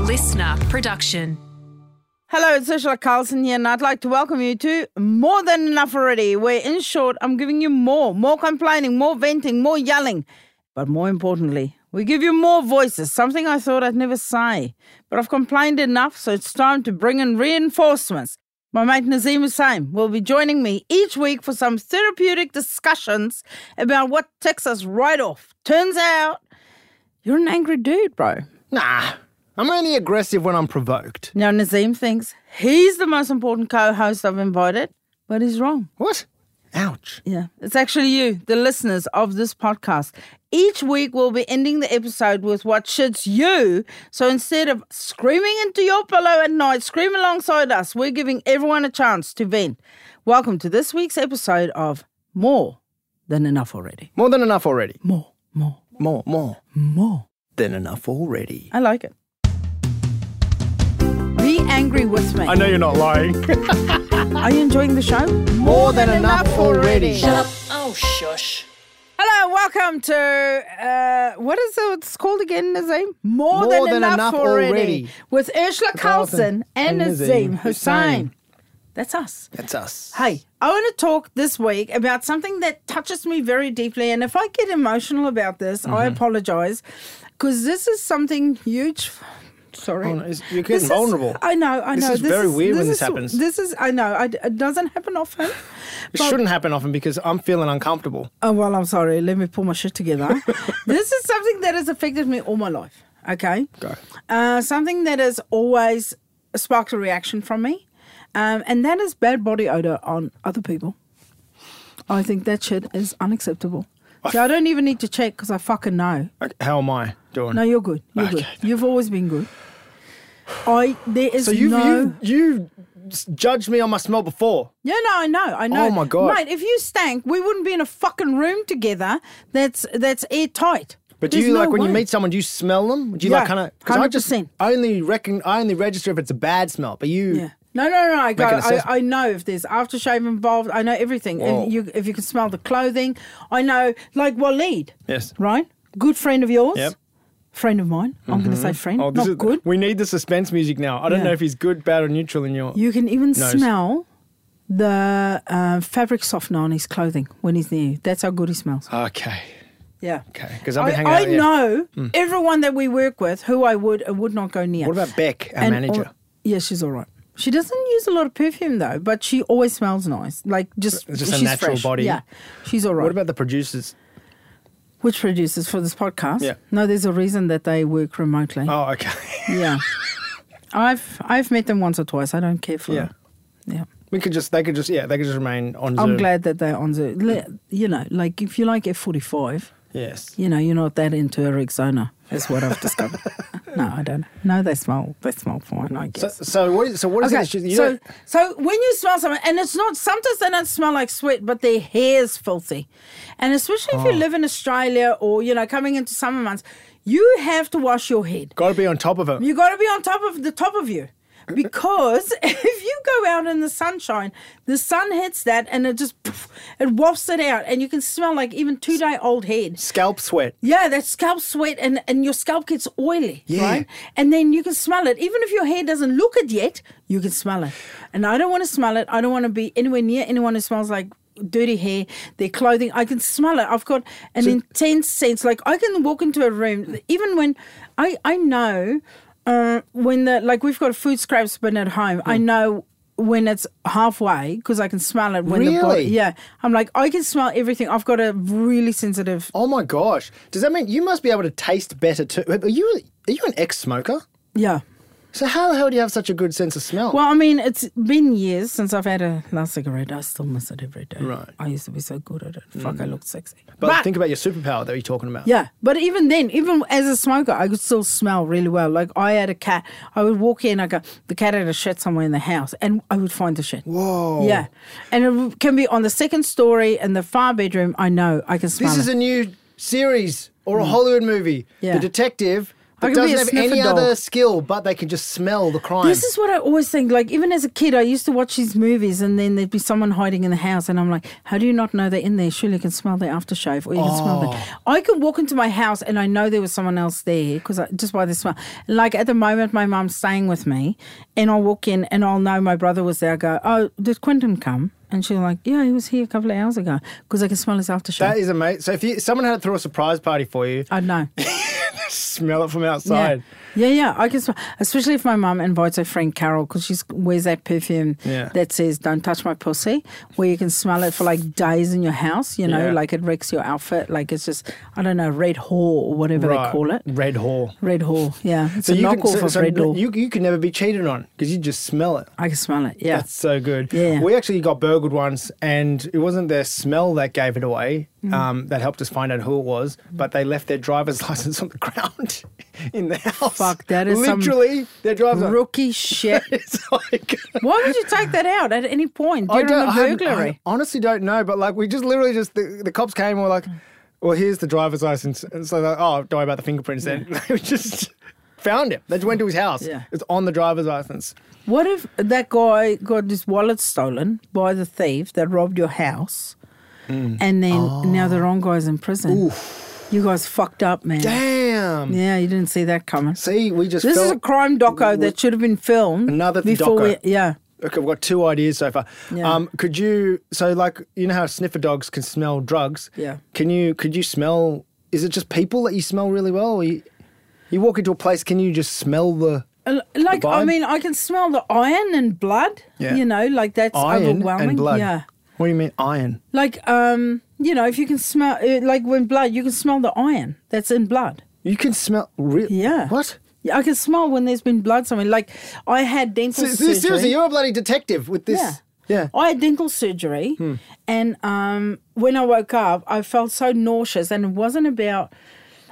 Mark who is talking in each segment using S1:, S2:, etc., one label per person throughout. S1: listener production.
S2: Hello, it's Ursula Carlson here, and I'd like to welcome you to More Than Enough Already, where in short, I'm giving you more, more complaining, more venting, more yelling. But more importantly, we give you more voices, something I thought I'd never say. But I've complained enough, so it's time to bring in reinforcements. My mate Nazim Hussain will be joining me each week for some therapeutic discussions about what ticks us right off. Turns out, you're an angry dude, bro.
S3: Nah, I'm only aggressive when I'm provoked.
S2: Now, Nazim thinks he's the most important co host I've invited, but he's wrong.
S3: What? Ouch.
S2: Yeah. It's actually you, the listeners of this podcast. Each week, we'll be ending the episode with what shits you. So instead of screaming into your pillow at night, scream alongside us. We're giving everyone a chance to vent. Welcome to this week's episode of More Than Enough Already.
S3: More than enough already.
S2: More, more,
S3: More, more
S2: more.
S3: than enough already.
S2: I like it. Be angry with me.
S3: know you're not lying.
S2: Are you enjoying the show?
S3: More than enough already.
S2: Shut up. Oh, shush. Hello, welcome to uh, what is it? It's called again, Nazim? More,
S3: More
S2: than,
S3: Than
S2: enough,
S3: Enough
S2: already.
S3: Already.
S2: With Ursula Carlson
S3: Carlson
S2: and
S3: and
S2: Nazim
S3: Nazim
S2: Hussain.
S3: Hussain.
S2: That's us.
S3: That's us.
S2: Hey, I want to talk this week about something that touches me very deeply. And if I get emotional about this, I
S3: Mm-hmm.
S2: apologize because this is something huge. Sorry.
S3: Oh, no, it's- you're
S2: This
S3: getting
S2: is-
S3: vulnerable.
S2: I know, I
S3: This
S2: know.
S3: is very weird when
S2: is-
S3: this happens.
S2: This is, I know, I, it doesn't happen often.
S3: it
S2: but-
S3: shouldn't happen often because I'm feeling uncomfortable.
S2: Oh, well, I'm sorry. Let me pull my shit together. this is something that has affected me all my life. Okay.
S3: Go.
S2: Uh, something that has always sparked a reaction from me, um, and that is bad body odor on other people. I think that shit is unacceptable. So I don't even need to check because I fucking know.
S3: Okay, How am I doing?
S2: No, you're good. You're good.
S3: Okay,
S2: You've always been good. I there is
S3: so you've,
S2: no.
S3: you've, you've s- judged me on my smell before.
S2: Yeah, no, I know, I know.
S3: Oh, my God.
S2: mate! If you stank, we wouldn't be in a fucking room together. That's that's airtight.
S3: But do
S2: There's
S3: you
S2: no
S3: like when
S2: way.
S3: you meet someone? Do you smell them? Do you
S2: Yeah,
S3: like kind of? I just
S2: 100%.
S3: only reckon I only register if it's a bad smell. But you,
S2: Yeah. No, no, no. I go.
S3: an
S2: I,
S3: assessment.
S2: I know if there's aftershave involved. I know everything.
S3: Whoa.
S2: If you, if you can smell the clothing, I know. Like Waleed,
S3: yes.
S2: right? Good friend of yours.
S3: Yep.
S2: Friend of mine. I'm going to say friend.
S3: Oh, this
S2: Not
S3: is
S2: good.
S3: We need the suspense music now. I don't
S2: Yeah.
S3: know if he's good, bad, or neutral in your.
S2: You can even
S3: Nose.
S2: smell the uh, fabric softener on his clothing when he's near you. That's how good he smells.
S3: Okay.
S2: Yeah.
S3: Okay. Because I've been
S2: I,
S3: hanging
S2: I
S3: out. yeah. Mm.
S2: know everyone that we work with who I would and would not go near.
S3: What about Beck, our
S2: And
S3: manager?
S2: al- yeah, she's all right. She doesn't use a lot of perfume though, but she always smells nice. Like just,
S3: It's just a
S2: she's
S3: natural
S2: fresh.
S3: body.
S2: Yeah, she's all right.
S3: What about the producers?
S2: which producers for this podcast?
S3: Yeah.
S2: No, there's a reason that they work remotely.
S3: Oh, okay.
S2: Yeah, I've I've met them once or twice. I don't care for
S3: Yeah.
S2: them. Yeah,
S3: we could just. They could just. Yeah. They could just remain on.
S2: I'm
S3: Zoom.
S2: glad that they're on Zoom. Le- You know, like if you like F45,
S3: Yes.
S2: you know, you're not that into a Rexona. That's what I've discovered. no, I don't. No, they smell. They smell fine. I guess.
S3: So, so what is so what is
S2: Okay,
S3: it? that you- You
S2: so
S3: know,
S2: so when you smell something, and it's not sometimes they don't smell like sweat, but their hair's filthy, and especially if you
S3: Oh.
S2: live in Australia or you know coming into summer months, you have to wash your head.
S3: got to be on top of it.
S2: You got to be on top of the top of you, because if you go out in the sunshine, the sun hits that and it just poof, it wafts it out, and you can smell like even two day old head.
S3: Scalp sweat.
S2: Yeah, that scalp sweat and, and your scalp gets oily,
S3: Yeah.
S2: right? And then you can smell it. Even if your hair doesn't look it yet, you can smell it. And I don't want to smell it. I don't want to be anywhere near anyone who smells like dirty hair, their clothing. I can smell it. I've got an intense sense. Like I can walk into a room, even when I, I know uh, when the, like we've got a food scraps bin at home,
S3: Hmm.
S2: I know when it's halfway because I can smell it when the body,
S3: Really?
S2: yeah I'm like I can smell everything I've got a really sensitive
S3: Oh my gosh! Does that mean you must be able to taste better too? Are you are you an ex-smoker?
S2: yeah
S3: So how the hell do you have such a good sense of smell?
S2: Well, I mean, it's been years since I've had a last cigarette. I still miss it every day.
S3: Right. Mm.
S2: I used to be so good at it. Fuck, I looked sexy.
S3: but, think about your superpower that you're talking about.
S2: Yeah, but even then, even as a smoker, I could still smell really well. Like I had a cat, I would walk in, I go, the cat had a shit somewhere in the house, and I would find the shit.
S3: Whoa.
S2: Yeah, and it w- can be on the second story in the far bedroom. I know I can smell.
S3: This is
S2: it.
S3: a new series or a Hollywood movie.
S2: Mm. Yeah.
S3: The detective
S2: I can
S3: It
S2: be
S3: doesn't
S2: a
S3: have any
S2: sniffer dog.
S3: other skill, but they can just smell the crime.
S2: This is what I always think. Like, even as a kid, I used to watch these movies, and then there'd be someone hiding in the house, and I'm like, "How do you not know they're in there? Surely you can smell their aftershave, or you can smell that." I could walk into my house, and I know there was someone else there because just by the smell. Like at the moment, my mum's staying with me, and I'll walk in, and I'll know my brother was there. I go, "Oh, did Quentin come?" And she'll like, "Yeah, he was here a couple of hours ago," because I can smell his aftershave.
S3: that is amazing. So if you, someone had to throw a surprise party for you,
S2: I know.
S3: smell it from outside.
S2: Yeah, yeah, yeah. I can smell, especially if my mum invites her friend Carol because she wears that perfume
S3: Yeah.
S2: that says "Don't touch my pussy," where you can smell it for like days in your house. You know,
S3: Yeah.
S2: like it wrecks your outfit. Like it's just I don't know, red whore or whatever they call it.
S3: Red whore.
S2: Red whore. Yeah, it's a
S3: you can,
S2: knockoff
S3: so,
S2: of
S3: so
S2: red whore.
S3: you, you can never be cheated on because you just smell it.
S2: I can smell it. Yeah,
S3: That's so good.
S2: Yeah.
S3: We actually got burgled once, and it wasn't their smell that gave it away
S2: Mm-hmm.
S3: um, that helped us find out who it was, but they left their driver's license on the ground in the house.
S2: Fuck, that is some
S3: literally their driver's li-
S2: rookie shit.
S3: It's like.
S2: Why would you take that out at any point during a burglary?
S3: I honestly don't know, but like we just literally just the, the cops came and were like, "Well, here's the driver's license," and so they're like, "Oh, don't worry about the fingerprints." Then we just found it. They just went to his house.
S2: Yeah.
S3: It's on the driver's license.
S2: What if that guy got his wallet stolen by the thief that robbed your house,
S3: Hmm.
S2: and then
S3: Oh.
S2: now the wrong guy's in prison? You guys fucked up, man.
S3: Damn.
S2: Yeah, you didn't see that coming.
S3: See, we just
S2: This
S3: felt,
S2: is a crime doco that should have been filmed.
S3: Another
S2: before
S3: doco.
S2: we, yeah.
S3: Okay, we've got two ideas so far.
S2: Yeah.
S3: Um, could you so like you know how sniffer dogs can smell drugs?
S2: Yeah.
S3: Can you could you smell? Is it just people that you smell really well? Or you, you walk into a place, can you just smell the
S2: L- Like I
S3: vibe?
S2: mean, I can smell the iron and blood.
S3: Yeah.
S2: You know, like that's
S3: iron
S2: overwhelming.
S3: and blood?
S2: Yeah.
S3: What do you mean iron?
S2: Like um, you know, if you can smell uh, like when blood, you can smell the iron that's in blood.
S3: You can smell. Re-
S2: Yeah.
S3: What?
S2: Yeah, I can smell when there's been blood somewhere. Like I had dental
S3: S-
S2: surgery.
S3: s- Seriously, you're a bloody detective with this.
S2: Yeah.
S3: Yeah. Hmm.
S2: I had dental surgery, and um, when I woke up, I felt so nauseous, and it wasn't about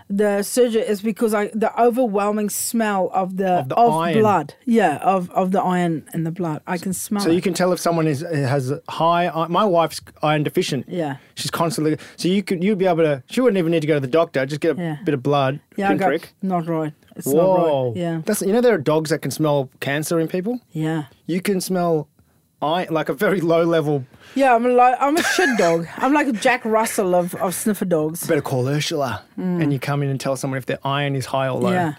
S2: the surgery. It's because I the overwhelming smell of the of,
S3: the iron.
S2: blood. Yeah, of of the iron in the blood. I can smell.
S3: So
S2: it.
S3: you can tell if someone is has high. i- My wife's iron deficient.
S2: Yeah.
S3: She's constantly. So you could you'd be able to. She wouldn't even need to go to the doctor. Just get a
S2: Yeah.
S3: bit of blood.
S2: yeah, I go,
S3: pinprick.
S2: not right. It's
S3: Whoa.
S2: not right. Yeah,
S3: That's you know there are dogs that can smell cancer in people.
S2: yeah.
S3: You can smell iron like a very low level.
S2: Yeah, I'm like I'm a shit dog. I'm like a Jack Russell of, of sniffer dogs.
S3: Better call Ursula. And you come in and tell someone if their iron is high or low.
S2: Yeah.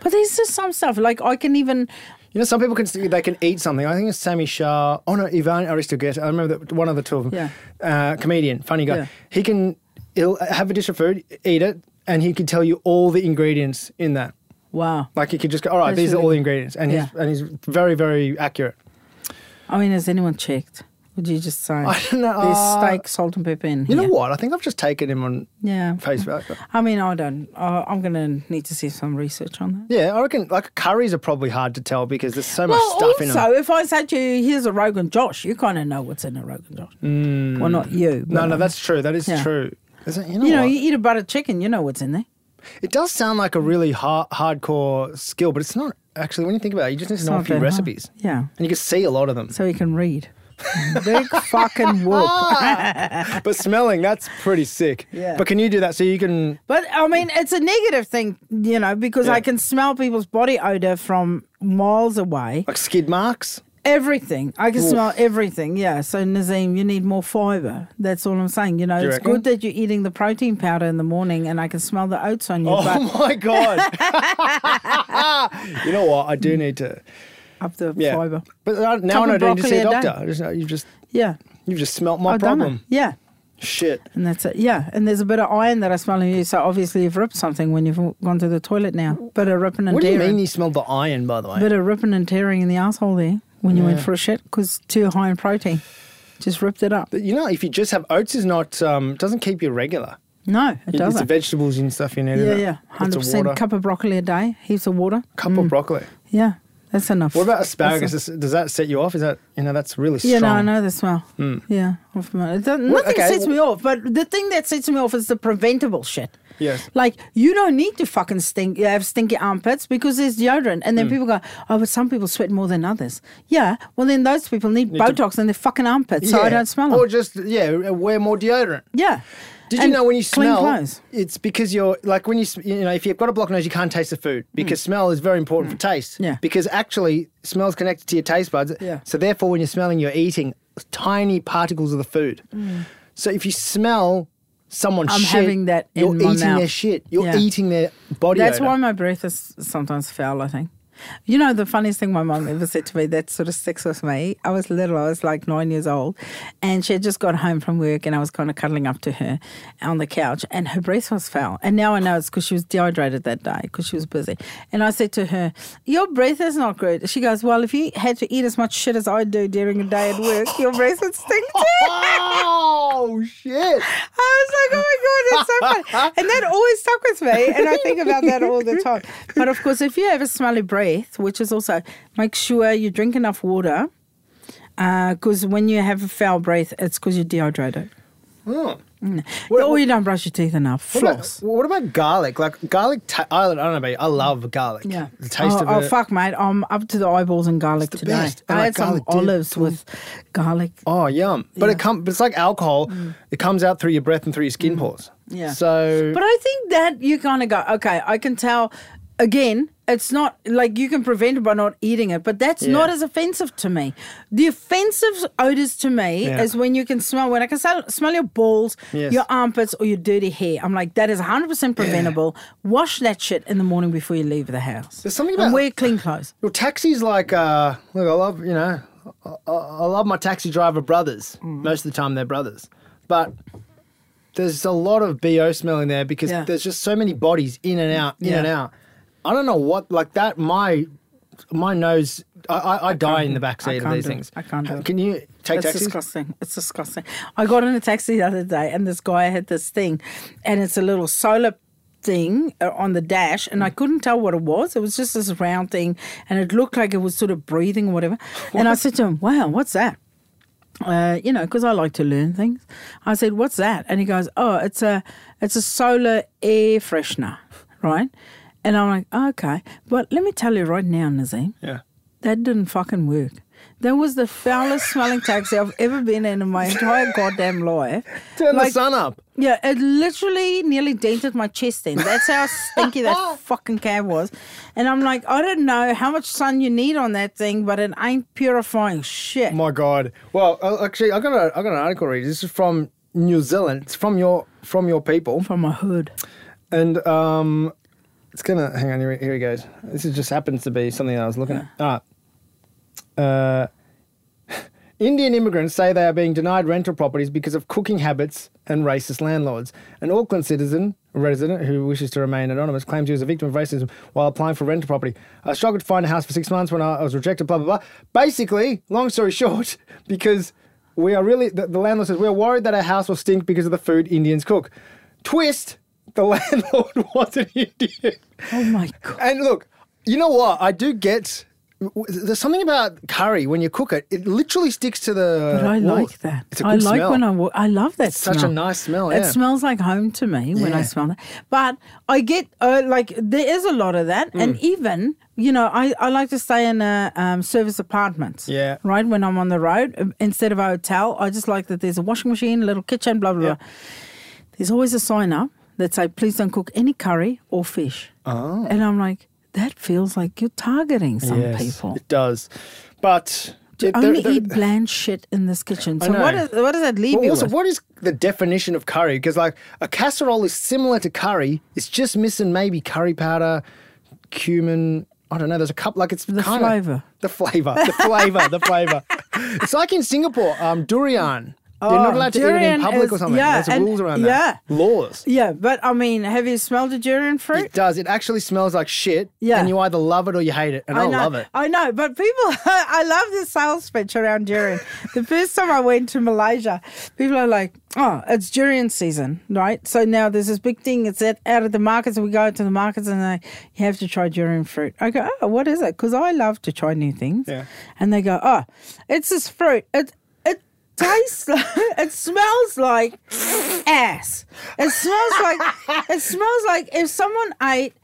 S2: But there's just some stuff like I can even
S3: You know, some people can see- they can eat something. I think it's Sammy Shah. Oh no, Ivan Aristogeta. I remember that one of the two of them. Uh, comedian, funny guy.
S2: Yeah.
S3: He can he'll have a dish of food, eat it, and he can tell you all the ingredients in that.
S2: wow.
S3: Like he could just go, all right,
S2: That's
S3: these are
S2: really good.
S3: all the ingredients, and he's
S2: Yeah.
S3: and he's very very accurate.
S2: I mean, has anyone checked? Would you just say
S3: I don't know,
S2: There's
S3: uh,
S2: steak, salt, and pepper in
S3: You
S2: here.
S3: know what? I think I've just taken him on
S2: Yeah.
S3: Facebook.
S2: I mean, I don't. I I'm gonna need to see some research on that.
S3: Yeah, I reckon like curries are probably hard to tell because there's so much
S2: Well,
S3: stuff in them.
S2: also, if I said to you, "Here's a Rogan Josh," you kind of know what's in a Rogan Josh. Well, not you.
S3: Mm. No,
S2: but,
S3: no, that's true. That is
S2: Yeah.
S3: true. Is it, you know,
S2: You know,
S3: what?
S2: you eat a buttered chicken, you know what's in there.
S3: It does sound like a really hard, hardcore skill, but it's not actually. When you think about it, you just need to know a
S2: Not
S3: few
S2: that hard.
S3: recipes,
S2: Yeah,
S3: and you can see a lot of them.
S2: so you can read. Big fucking whoop.
S3: but smelling, that's pretty sick.
S2: Yeah.
S3: But can you do that? So you can.
S2: But I mean, it's a negative thing, you know, because
S3: Yeah.
S2: I can smell people's body odor from miles away.
S3: Like skid marks?
S2: Everything. I can smell everything. Yeah. So, Nazim, you need more fiber. That's all I'm saying. You know,
S3: you
S2: it's
S3: reckon?
S2: good that you're eating the protein powder in the morning and I can smell the oats on you,
S3: Oh
S2: but
S3: my God. you know what? I do need to.
S2: up the
S3: Yeah.
S2: fiber.
S3: But I- now I
S2: Couple
S3: don't need to see a
S2: broccoli a day.
S3: doctor. I just, know- you've, just,
S2: Yeah.
S3: you've just smelt my
S2: I've done it.
S3: problem.
S2: Yeah.
S3: Shit.
S2: And that's it. Yeah. And there's a bit of iron that I smell in you. So, obviously, you've ripped something when you've gone to the toilet now. Bit of ripping and
S3: What do you
S2: tearing.
S3: mean you smelled the iron, by the way?
S2: bit of ripping and tearing in the asshole there when you went for a shit because too high in protein. Just ripped it up.
S3: But you know, if you just have oats, is not um, doesn't keep you regular.
S2: No, it
S3: It's the
S2: doesn't.
S3: vegetables and stuff in it.
S2: Yeah,
S3: isn't it?
S2: yeah.
S3: Lots
S2: Hundred
S3: of
S2: percent
S3: water.
S2: cup of broccoli a day, heaps of water.
S3: cup of broccoli.
S2: Yeah. That's enough.
S3: What about asparagus?
S2: That's
S3: Does- Does that set you off? Is that you know that's really
S2: a-
S3: strong?
S2: yeah, no, I know the smell. Yeah, I'm familiar. It doesn't- nothing
S3: okay,
S2: sets
S3: well-
S2: me off, but the thing that sets me off is the preventable shit.
S3: Yes.
S2: Like you don't need to fucking stink. You have stinky armpits because there's deodorant, and then
S3: Hmm.
S2: people go, "Oh, but some people sweat more than others." Yeah, well then those people need, Botox in their fucking armpits, so I
S3: Yeah.
S2: don't smell them.
S3: Or just yeah, wear more deodorant.
S2: Yeah.
S3: Did you
S2: And
S3: know when you
S2: clean
S3: smell,
S2: clothes.
S3: it's because you're like when you sm- you know if you've got a blocked nose, you can't taste the food because smell is very important for taste.
S2: Mm. Yeah.
S3: Because actually, smell's connected to your taste buds.
S2: Yeah.
S3: So therefore, when you're smelling, you're eating tiny particles of the food. So if you smell someone's
S2: Mm. I'm
S3: shit,
S2: having that in
S3: you're
S2: my
S3: eating
S2: mouth.
S3: their shit. You're
S2: Yeah.
S3: eating their body.
S2: That's
S3: odor.
S2: why my breath is sometimes foul, I think. You know, the funniest thing my mum ever said to me that sort of sticks with me. I was little, I was like nine years old, and she had just got home from work, and I was kind of cuddling up to her on the couch, and her breath was foul. And now I know it's because she was dehydrated that day because she was busy. And I said to her, Your breath is not good. She goes, Well, if you had to eat as much shit as I do during a day at work, your breath would stink too.
S3: Oh shit!
S2: I was like, oh my god, that's so funny. And that always stuck with me. And I think about that all the time. But of course, if you have a smelly breath, which is also make sure you drink enough water. Because when you have a foul breath, it's because you're dehydrated.
S3: Hmm.
S2: Mm, Or you don't brush your teeth enough.
S3: What about,
S2: Floss.
S3: what about garlic? Like garlic, ta- I don't know about you. I love garlic.
S2: Yeah.
S3: the taste
S2: oh,
S3: of
S2: oh,
S3: it.
S2: fuck, mate. I'm up to the eyeballs in garlic
S3: the
S2: today.
S3: best. I
S2: I
S3: like
S2: had some
S3: garlic dip,
S2: olives
S3: too.
S2: with garlic.
S3: Oh, yum! But
S2: Yeah. Mm.
S3: it comes. It's like alcohol. It comes out through your breath and through your skin pores.
S2: Yeah.
S3: So,
S2: But I think that you kind of go, okay, I can tell. Again, it's not like you can prevent it by not eating it, but that's
S3: Yeah.
S2: not as offensive to me. The offensive odors to me
S3: Yeah.
S2: is when you can smell, when I can smell, smell your balls,
S3: Yes.
S2: your armpits, or your dirty hair. I'm like, that is 100% preventable. Wash that shit in the morning before you leave the house.
S3: There's something
S2: And
S3: about-
S2: wear clean clothes.
S3: your taxi's like. Uh, look, I love you know. I, I I love my taxi driver brothers.
S2: Mm.
S3: Most of the time, they're brothers, but. There's a lot of bo smell in there because
S2: Yeah.
S3: there's just so many bodies in and out, in
S2: Yeah.
S3: and out. I don't know what like that. My my nose, I, I, I die in the
S2: I
S3: backseat of
S2: can't
S3: these
S2: do it.
S3: things.
S2: I can't do it.
S3: Can you take
S2: It's
S3: taxis?
S2: disgusting. It's disgusting. I got in a taxi the other day, and this guy had this thing, and it's a little solar thing uh, on the dash, and
S3: Mm.
S2: I couldn't tell what it was. It was just this round thing, and it looked like it was sort of breathing or whatever. And I said to him, "Wow, what's that?" Uh, you know, because I like to learn things. I said, "What's that?" And he goes, "Oh, it's a it's a solar air freshener, right?" And I'm like, oh, "Okay, but let me tell you right now, Nazim."
S3: Yeah.
S2: That didn't fucking work. That was the foulest smelling taxi I've ever been in in my entire goddamn life.
S3: Turn
S2: Like-
S3: the sun up.
S2: Yeah, it literally nearly dented my chest in. That's how stinky that fucking cab was. And I'm like, I don't know how much sun you need on that thing, but it ain't purifying shit.
S3: My God. Well, uh, actually, I got a I got an article to read. This is from New Zealand. It's from your from your people,
S2: From my hood.
S3: and um, it's gonna hang on. Here, here he goes. This is just happens to be something that I was looking at. Ah, All right. Uh, Indian immigrants say they are being denied rental properties because of cooking habits and racist landlords. An Auckland citizen, resident who wishes to remain anonymous, claims he was a victim of racism while applying for rental property. I struggled to find a house for six months when I I was rejected, blah, blah, blah. Basically, long story short, because we are really, the, the landlord says, we're worried that our house will stink because of the food Indians cook. Twist, the landlord was an Indian.
S2: Oh my God.
S3: And look, you know what? I do get. w- There's something about curry when you cook it; it literally sticks to the.
S2: But I
S3: walls.
S2: like that.
S3: It's a
S2: I
S3: good
S2: like
S3: smell.
S2: when I walk. I love that
S3: such a
S2: smell.
S3: nice smell,
S2: It
S3: yeah.
S2: smells like home to me when I
S3: Yeah.
S2: smell it. But I get uh, like there is a lot of that,
S3: Mm.
S2: and even you know I, I like to stay in a um, service apartment.
S3: Yeah.
S2: Right when I'm on the road um, instead of a hotel, I just like that there's a washing machine, little kitchen, blah blah blah. There's always a sign up that say please don't cook any curry or fish. Oh. And I'm like that feels like you're targeting some
S3: Yes,
S2: people.
S3: It does, but it- there-
S2: Only
S3: there-
S2: eat bland shit in this kitchen. So
S3: know.
S2: what, is, what does that leave
S3: Well,
S2: you
S3: also,
S2: with?
S3: what is the definition of curry? Because like a casserole is similar to curry; it's just missing maybe curry powder, cumin. I don't know. There's a couple. Like it's
S2: The
S3: kinda-
S2: flavour.
S3: The flavor. The flavor. the flavor. It's like in Singapore, um, durian. You're not
S2: Oh,
S3: allowed to eat it
S2: durian
S3: in public or
S2: is-
S3: something.
S2: yeah,
S3: There's
S2: and-
S3: rules around that.
S2: yeah.
S3: Laws.
S2: Yeah, but I mean, have you smelled a durian fruit?
S3: It does. It actually smells like shit.
S2: Yeah.
S3: And you either love it or you hate it. And I,
S2: know,
S3: love it.
S2: I know, but people, I love this sales pitch around durian. the first time I went to Malaysia, people are like, "Oh, it's durian season, right?" So now there's this big thing. It's at, out of the markets. We go to the markets and they, you have to try durian fruit. I go, "Oh, what is it?" Because I love to try new things.
S3: Yeah.
S2: And they go, "Oh, it's this fruit. It it tastes like, it smells like ass. It smells like it smells like if someone ate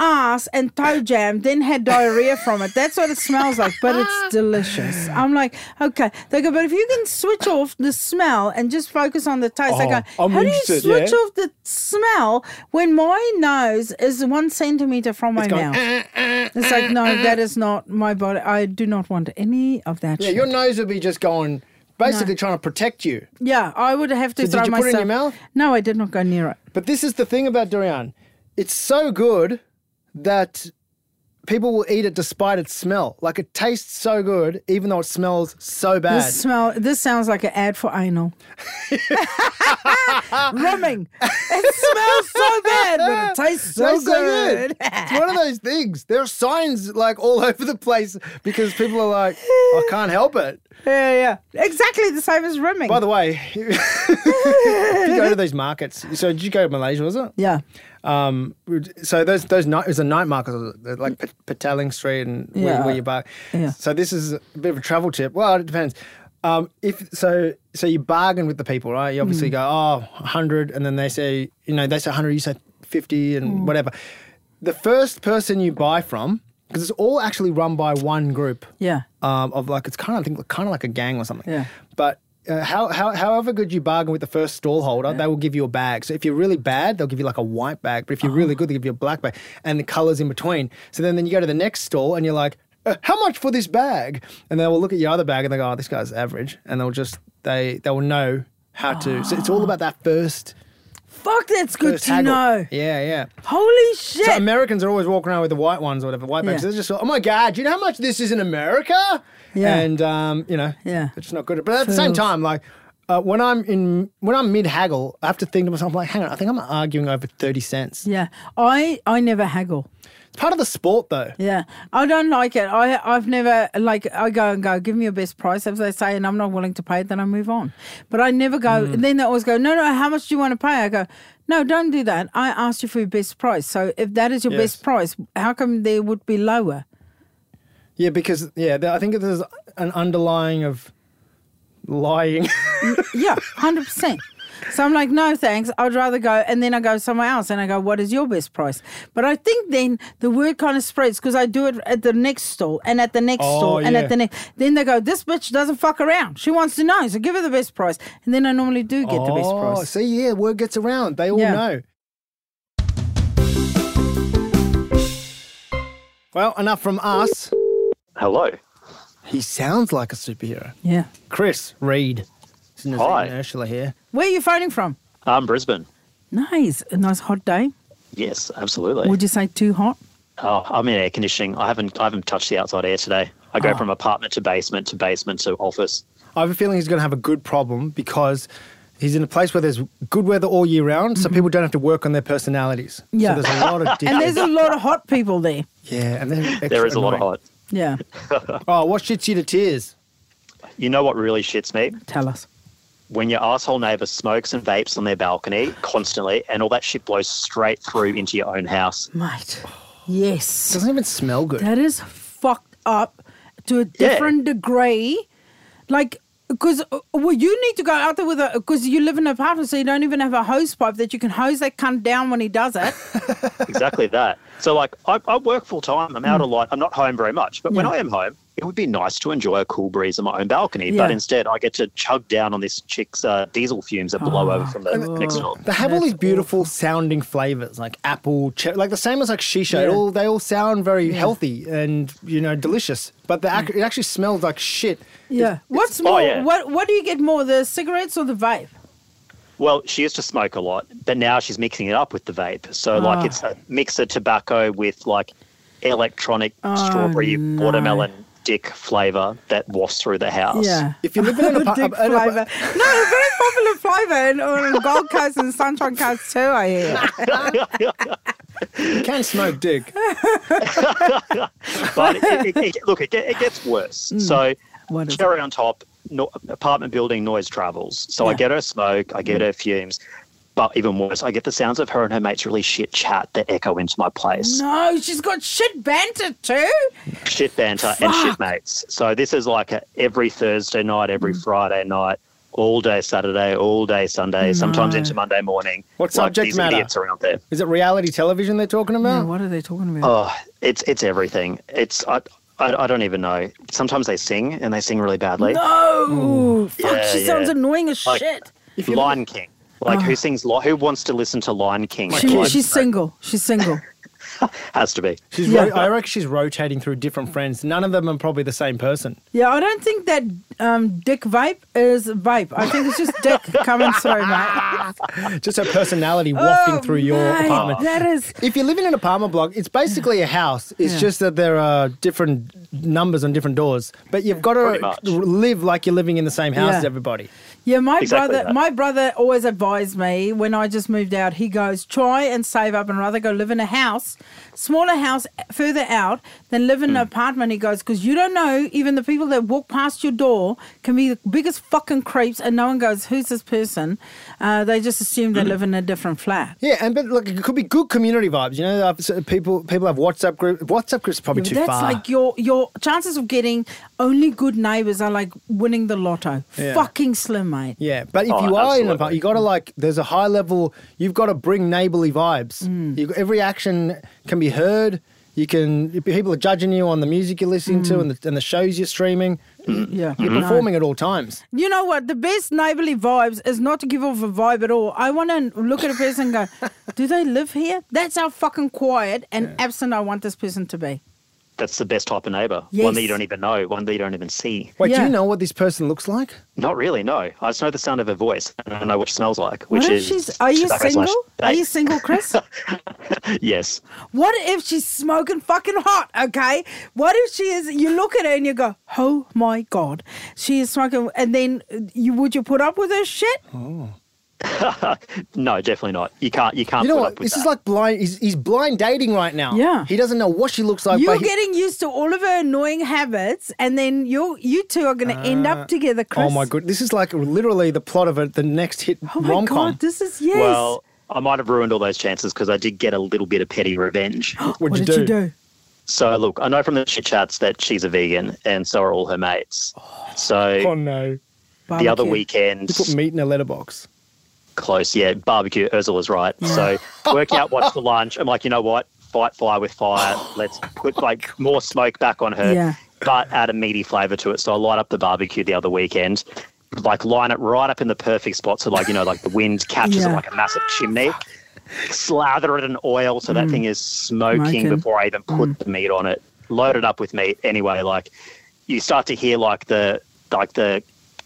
S2: ass and toe jam, then had diarrhea from it. That's what it smells like, but it's delicious. I'm like, okay. They go, but if you can switch off the smell and just focus on the taste, they
S3: Oh,
S2: go,
S3: I'm
S2: how do you
S3: interested,
S2: switch
S3: yeah.
S2: off the smell when my nose is one centimeter from my
S3: going,
S2: mouth? It's like, no, that is not my body. I do not want any of that.
S3: Yeah,
S2: shit.
S3: your nose would be just going, basically trying to protect you.
S2: Yeah, I would have to
S3: So
S2: throw
S3: did you put
S2: myself.
S3: it in your mouth?
S2: No, I did not go near it.
S3: But this is the thing about durian. It's so good that people will eat it despite its smell. Like it tastes so good, even though it smells so bad.
S2: This smell. This sounds like an ad for anal. Rumming. It smells so bad, but it tastes so
S3: Tastes
S2: good.
S3: it's one of those things. There are signs like all over the place because people are like, I can't help it.
S2: yeah, yeah. Exactly the same as rumming.
S3: By the way, if you go to these markets. So did you go to Malaysia, was it?
S2: yeah.
S3: Um, so those those night it was a night market like P- Petaling Street and where,
S2: Yeah.
S3: where you buy.
S2: Yeah.
S3: So this is a bit of a travel tip. Well, it depends. Um, if so, so you bargain with the people, right? You
S2: Mm.
S3: obviously go, oh, 100, and then they say, you know, they say 100, you say 50, and
S2: Mm.
S3: whatever. The first person you buy from, because it's all actually run by one group
S2: Yeah.
S3: um, of like it's kind of I think kind of like a gang or something.
S2: Yeah.
S3: But uh, how, how, however good you bargain with the first stall holder, they will give you a bag. So if you're really bad, they'll give you like a white bag. But if you're
S2: Oh.
S3: really good, they give you a black bag and the colors in between. So then, then you go to the next stall and you're like, uh, how much for this bag? And they will look at your other bag and they go, oh, this guy's average. And they'll just they they will know how to. So it's all about that first.
S2: Fuck, that's Ah. good
S3: first
S2: to
S3: haggle.
S2: know.
S3: Yeah, yeah.
S2: Holy shit.
S3: So Americans are always walking around with the white ones or whatever, white bags.
S2: Yeah.
S3: They're just like, oh my God, do you know how much this is in America?
S2: Yeah.
S3: And, um, you know,
S2: Yeah.
S3: they're just not good at But at the same
S2: Fools.
S3: time, like, uh, when I'm in, when I'm mid haggle, I have to think to myself, I'm like, hang on, I think I'm arguing over 30 cents.
S2: yeah. I I never haggle.
S3: It's part of the sport, though.
S2: Yeah, I don't like it. I I've never like I go and go. Give me your best price. If they say and I'm not willing to pay it, then I move on. But I never go. Then they always go. No, no. How much do you want to pay? I go. No, don't do that. I asked you for your best price. So if that is your
S3: Yes.
S2: best price, how come there would be lower?
S3: Yeah, because, yeah, there, I think there's an underlying of lying.
S2: Yeah, hundred percent. So I'm like, no, thanks. I'd rather go, and then I go somewhere else, and I go, what is your best price? But I think then the word kind of spreads because I do it at the next stall, and at the next
S3: Oh,
S2: stall, and
S3: yeah.
S2: at the next. Then they go, this bitch doesn't fuck around. She wants to know, so give her the best price. And then I normally do get the best
S3: oh,
S2: price.
S3: see, yeah, word gets around. They all
S2: Yeah.
S3: know. Well, enough from us.
S1: Hello.
S3: He sounds like a superhero.
S2: Yeah.
S3: Chris Reed. Isn't his
S1: Hi.
S3: name? Ursula here.
S2: Where are you phoning from?
S1: I'm Brisbane.
S2: Nice, a nice hot day.
S1: Yes, absolutely.
S2: Would you say too hot?
S1: oh, I'm in air conditioning. I haven't I haven't touched the outside air today. I
S2: Ah.
S1: go from apartment to basement to basement to office.
S3: I have a feeling he's going to have a good problem because he's in a place where there's good weather all year round, so people don't have to work on their personalities.
S2: Mm-hmm. Yeah.
S3: So there's a lot of
S2: And there's
S3: dickheads.
S2: a lot of hot people there.
S3: yeah, and then
S1: There is a lot of hot.
S2: Yeah,
S3: Oh, what shits you to tears?
S1: You know what really shits me?
S2: tell us.
S1: When your asshole neighbor smokes and vapes on their balcony constantly, and all that shit blows straight through into your own house.
S2: Mate, yes.
S3: Doesn't even smell good.
S2: That is fucked up to a different degree. Like, because well, you need to go out there with a because you live in an apartment, so you don't even have a hose pipe that you can hose that cunt down when he does it.
S1: Exactly that. So, like, I, I work full time. I'm out a lot. I'm not home very much. But when
S2: Hmm. Yeah.
S1: I am home, it would be nice to enjoy a cool breeze on my own balcony. But
S2: Yeah.
S1: instead, I get to chug down on this chick's uh, diesel fumes that
S2: Ah,
S1: blow over from the next door.
S3: They have all
S2: That's
S3: these beautiful sounding flavors like apple, cher- like the same as like shisha. It
S2: Yeah.
S3: all they all sound very healthy and you know delicious, but the ac- it actually smells like shit.
S2: yeah. What's
S1: oh,
S2: more?
S1: yeah.
S2: What What do you get more, the cigarettes or the vape?
S1: Well, she used to smoke a lot, but now she's mixing it up with the vape. So,
S2: Ah.
S1: like, it's a mix of tobacco with like electronic
S2: Oh,
S1: strawberry watermelon dick flavor that wafts through the house.
S2: Yeah.
S3: If you live in an
S2: Dick
S3: apartment,
S2: flavour. No, a very popular flavour in, on Gold Coast and Sunshine Coast too, I hear.
S3: you can smoke dick.
S1: but it, it, it, look, it, get- it gets worse. So
S2: Mm. What is
S1: cherry on top, no, apartment building noise travels. So I
S2: Yeah. Mm.
S1: get her smoke, I get her fumes, but even worse, I get the sounds of her and her mate's really shit chat that echo into my place.
S2: No, she's got shit banter too. Hmm.
S1: Shit banter and shit mates. So this is like a, every Thursday night, every Friday night. all day Saturday, all day Sunday, sometimes into Monday morning.
S3: What subject
S1: these
S3: matter?
S1: idiots are out there.
S3: Is it reality television they're talking
S2: Yeah,
S3: about?
S2: what are they talking about?
S1: Oh, it's it's everything. It's I, I, I don't even know. Sometimes they sing and they sing really badly.
S2: no! Oh, Fuck,
S1: Yeah,
S2: she sounds
S1: yeah.
S2: annoying as
S1: Like-
S2: shit.
S1: Lion King. Like who sings? Li- Who wants to listen to Lion King?
S2: Oh. She,
S1: Like,
S2: she's single. She's single.
S1: has to be.
S3: She's
S2: Yeah.
S3: ro- I reckon she's rotating through different friends. None of them are probably the same person.
S2: Yeah, I don't think that um, dick vibe is vibe. I think it's just dick coming through, mate.
S3: Just her personality wafting
S2: Oh,
S3: through your
S2: mate,
S3: apartment.
S2: That is.
S3: If you live in an apartment block, it's basically a house. It's
S2: Yeah.
S3: just that there are different numbers on different doors, but you've got
S1: Pretty
S3: to
S1: much.
S3: live like you're living in the same house as
S2: Yeah.
S3: everybody.
S2: Yeah, my
S1: Exactly
S2: brother.
S1: that.
S2: My brother always advised me when I just moved out. He goes, try and save up, and rather go live in a house, smaller house, further out, than live in an apartment. He goes, because you don't know, even the people that walk past your door can be the biggest fucking creeps, and no one goes, who's this person? Uh, they just assume they live in a different flat.
S3: Yeah, and but look, it could be good community vibes. You know, I've- so people people have WhatsApp group. WhatsApp groups are probably too
S2: That's
S3: far.
S2: like your your chances of getting only good neighbors are like winning the lotto.
S3: Yeah.
S2: Fucking slim, mate.
S3: yeah, but if
S1: Oh,
S3: you are in a
S1: absolutely.
S3: you got to like. There's a high level. You've got to bring neighborly vibes.
S2: Mm.
S3: You, every action can be heard. You can people are judging you on the music you're listening
S2: Mm.
S3: to and the, and the shows you're streaming.
S2: Yeah,
S3: You're
S2: No.
S3: performing at all times.
S2: You know what? The best neighborly vibes is not to give off a vibe at all. I want to look at a person and go, do they live here? That's how fucking quiet and absent I want this person to be.
S1: That's the best type of neighbour.
S2: Yes.
S1: One that you don't even know. One that you don't even see.
S3: Wait, do
S2: Yeah.
S3: you know what this person looks like?
S1: Not really. No, I just know the sound of her voice, and I know what she smells like.
S2: What
S1: Which
S2: if
S1: is
S2: she's? Are you
S1: tobacco slash
S2: single? Are you single, Chris?
S1: vape. Yes.
S2: what if she's smoking fucking hot? Okay. What if she is? You look at her and you go, "Oh my god, she is smoking." And then uh, you would you put up with her shit?
S1: No, definitely not. You can't. You can't
S3: You know
S1: put
S3: what?
S1: up with
S3: This is
S1: that.
S3: like blind. He's, he's blind dating right now.
S2: Yeah.
S3: He doesn't know what she looks like.
S2: You're
S3: but he-
S2: getting used to all of her annoying habits, and then you you two are going to end up together, Chris.
S3: oh my god! This is like literally the plot of a, the next hit
S2: Oh my
S3: rom com.
S2: god, this is yes.
S1: Well, I might have ruined all those chances because I did get a little bit of petty revenge.
S3: What'd
S2: what
S3: you
S2: did
S3: do?
S2: you do?
S1: so look, I know from the chit chats that she's a vegan, and so are all her mates.
S3: Oh
S1: So
S3: no!
S1: the other
S2: Barbecue.
S1: weekend,
S3: You put meat in a letterbox.
S1: close, yeah, barbecue. Ursula's right. So work out what's for lunch. I'm like, you know what? Fight fire with fire. Let's put like more smoke back on her,
S2: Yeah.
S1: but add a meaty flavour to it. So I light up the barbecue the other weekend. Like line it right up in the perfect spot, so like you know, like the wind catches
S2: Yeah.
S1: it like a massive chimney. slather it in oil so that thing is
S2: Mm.
S1: smoking,
S2: Smoking. Mm.
S1: before I even put the meat on it. Load it up with meat anyway. Like you start to hear like the like the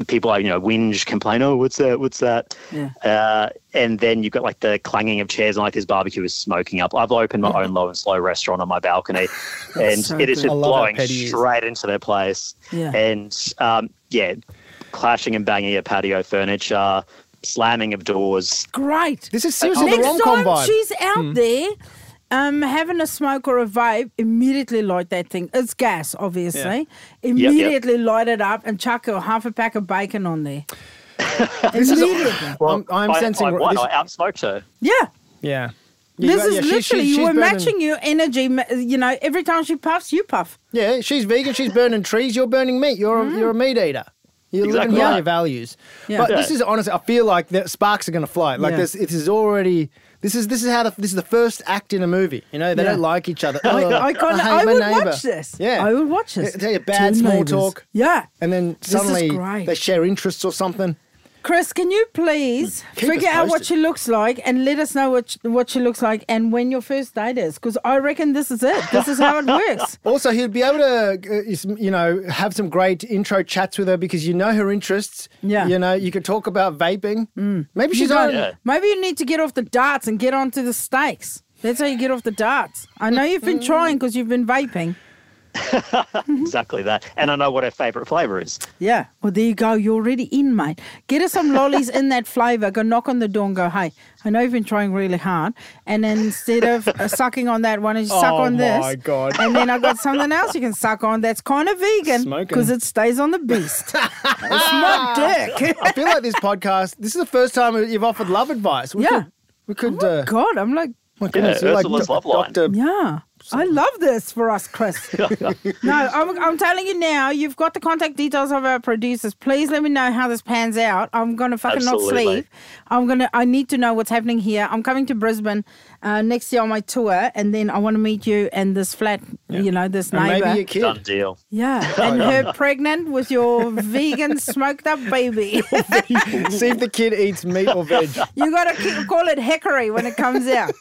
S1: people are you know whinge complain oh what's that what's that
S2: Yeah.
S1: uh, and then you've got like the clanging of chairs and like this barbecue is smoking up i've opened my own low and slow restaurant on my balcony and
S2: so
S1: it is
S2: good.
S1: just
S3: I love how
S1: blowing
S3: petty he is.
S1: straight into their place
S2: Yeah.
S1: and um, yeah clashing and banging at patio furniture slamming of doors
S2: Great.
S3: This is seriously the
S2: Next
S3: rom
S2: time
S3: com vibe. Hmm.
S2: she's out there um, having a smoke or a vape, immediately light that thing. It's gas, obviously.
S1: yep.
S2: Immediately light it up and chuck a half a pack of bacon on there. immediately.
S3: Well, I'm, I'm
S1: I-
S3: sensing.
S1: I, won.
S3: this-
S1: I outsmoked her.
S2: yeah.
S3: yeah.
S2: This
S3: You-
S2: is
S3: yeah, she-
S2: literally,
S3: she's
S2: you were
S3: burning-
S2: matching your energy. ma- You know, every time she puffs, you puff.
S3: Yeah, she's vegan. She's burning trees. You're burning meat. You're a, you're a meat eater. You're
S1: Exactly
S3: living by
S1: right.
S3: your values.
S2: Yeah.
S3: But
S2: Yeah.
S3: this is honestly, I feel like the sparks are going to fly. Like
S2: Yeah.
S3: this, this is already. This is this is how the, this is the first act in a movie. You know they
S2: Yeah.
S3: don't like each other. I,
S2: I, can't, I,
S3: hate my
S2: would
S3: neighbour.
S2: watch this.
S3: Yeah,
S2: I would watch
S3: Yeah,
S2: this.
S3: tell you bad
S2: Two
S3: small
S2: neighbours.
S3: talk.
S2: Yeah.
S3: And then
S2: This is
S3: suddenly
S2: great.
S3: they share interests or something.
S2: Chris, can you please
S3: Keep us
S2: figure out what
S3: posted.
S2: she looks like and let us know what she, what she looks like and when your first date is? Because I reckon this is it. This is how it works.
S3: Also, he'd be able to, uh, is- you know, have some great intro chats with her because you know her interests.
S2: Yeah. Mm.
S3: You know, you could talk about vaping. Maybe she's
S2: You
S3: on.
S2: go- Maybe you need to get off the darts and get onto the stakes. That's how you get off the darts. I know you've
S3: Mm.
S2: been trying because you've been vaping.
S3: Mm-hmm.
S1: Exactly that. And I know what her favourite flavour is.
S2: Yeah. Well, there you go. You're already in, mate. Get us some lollies in that flavour. Go knock on the door and go, hey, I know you've been trying really hard. And then instead of uh, sucking on that one, you suck
S3: Oh
S2: on this.
S3: my God.
S2: And then I've got something else you can suck on that's kind of vegan.
S3: Smoking.
S2: Because it stays on the beast. it's not dick.
S3: I feel like this podcast. This is the first time you've offered love advice. We
S2: Yeah. Oh
S3: Could, we could. uh,
S2: God, I'm like,
S3: my goodness, you're like
S1: Ursula's
S3: doc-
S1: love line.
S3: Doctor
S2: yeah. I love this for us, Chris. no, I'm, I'm telling you now, you've got the contact details of our producers. Please let me know how this pans out. I'm going to fucking
S1: Absolutely.
S2: not sleep. I'm going to, I need to know what's happening here. I'm coming to Brisbane uh, next year on my tour, and then I want to meet you and this flat, you know, this
S3: And
S2: neighbor.
S3: maybe your kid.
S1: Done deal.
S2: yeah, and her pregnant with your vegan smoked up baby.
S3: See if the kid eats meat or veg.
S2: You gotta keep, call it hickory when it comes out.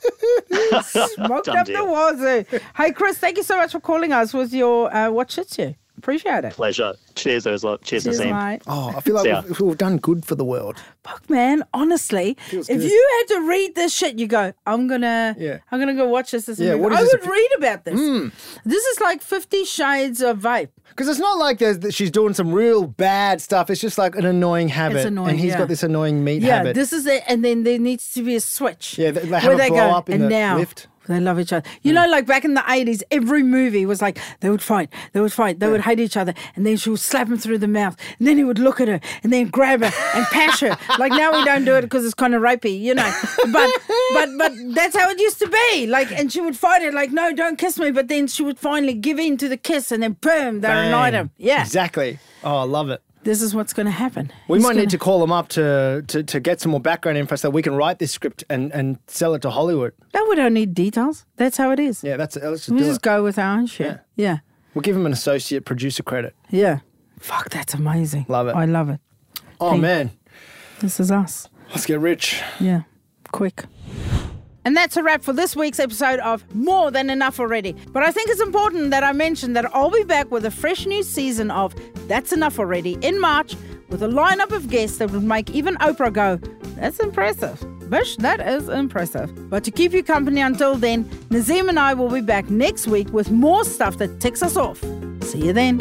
S2: Smoked
S1: Done
S2: up
S1: deal.
S2: the wazoo. Hey, Chris, thank you so much for calling us with your uh, what shits you. Appreciate it.
S1: Pleasure. Cheers, Ursula. Cheers,
S2: Cheers,
S1: Nazim.
S2: mate.
S3: Oh, I feel like
S1: Yeah.
S3: we've, we've done good for the world.
S2: Fuck, man. Honestly, if
S3: good.
S2: you had to read this shit, you go, I'm gonna,
S3: Yeah.
S2: I'm gonna go watch this. this
S3: Yeah,
S2: movie.
S3: what is
S2: I
S3: this
S2: would
S3: opi-
S2: read about this.
S3: Hmm.
S2: This is like Fifty Shades of Vape.
S3: Because it's not like there's, that she's doing some real bad stuff. It's just like an annoying habit.
S2: annoying,
S3: and he's
S2: yeah.
S3: got this annoying meat
S2: Yeah,
S3: habit.
S2: this is it. And then there needs to be a switch.
S3: Yeah, they- they have a blow up in
S2: and
S3: the
S2: now
S3: lift."
S2: They love each other. You know, like back in the 80s, every movie was like, they would fight, they would fight, they would hate each other. And then she would slap him through the mouth. And then he would look at her and then grab her and pash her. Like now we don't do it because it's kind of rapey, you know. But but but that's how it used to be. Like, and she would fight it, like, no, don't kiss me. But then she would finally give in to the kiss and then boom, they're an
S3: Bang.
S2: item. Yeah.
S3: Exactly. Oh, I love it.
S2: This is what's going to happen.
S3: We
S2: He's
S3: might
S2: gonna-
S3: need to call them up to, to, to get some more background info so we can write this script and, and sell it to Hollywood.
S2: No, we don't need details. That's how it is.
S3: Yeah, that's it. Let's just
S2: We
S3: do
S2: just
S3: it.
S2: go with our own shit. Yeah.
S3: We'll give him an associate producer credit.
S2: yeah. Fuck, that's amazing.
S3: Love it.
S2: I love it.
S3: Oh,
S2: Thank-
S3: man.
S2: This is us.
S3: Let's get rich.
S2: Yeah. Quick. And that's a wrap for this week's episode of More Than Enough Already. But I think it's important that I mention that I'll be back with a fresh new season of That's Enough Already in March with a lineup of guests that would make even Oprah go, That's impressive. Bish, that is impressive. But to keep you company until then, Nazim and I will be back next week with more stuff that ticks us off. See you then.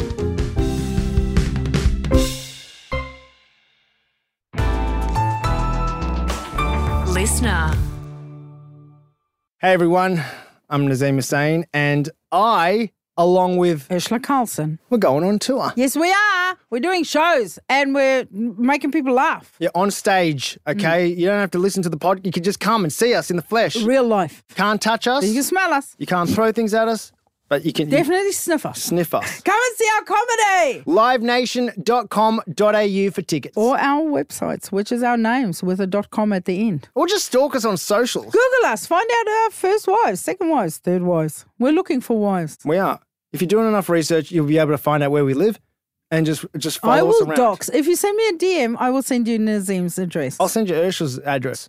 S4: Listener.
S3: Hey, everyone. I'm Nazim Hussain, and I, along with,
S2: Ursula Carlson.
S3: we're going on tour.
S2: Yes, we are. We're doing shows and we're making people laugh.
S3: Yeah, on stage,
S2: Mm.
S3: okay? You don't have to listen to the pod. You can just come and see us in the flesh.
S2: Real life.
S3: Can't touch us.
S2: You can smell us.
S3: You can't throw things at us, but you can you
S2: Definitely sniff us.
S3: sniff us.
S2: Come and see our comedy
S3: Livenation.com.au for tickets. Or,
S2: or our websites, which is our names with a dot com at the end.
S3: just stalk us on socials.
S2: Google us. Find out our first wives, second wives, third wives. We're looking for wives.
S3: We are. If you're doing enough research, you'll be able to find out where we live and just just follow
S2: I
S3: us
S2: will
S3: around.
S2: dox. If you send me a DM, I will send you Nazim's address.
S3: I'll send you Ursula's address.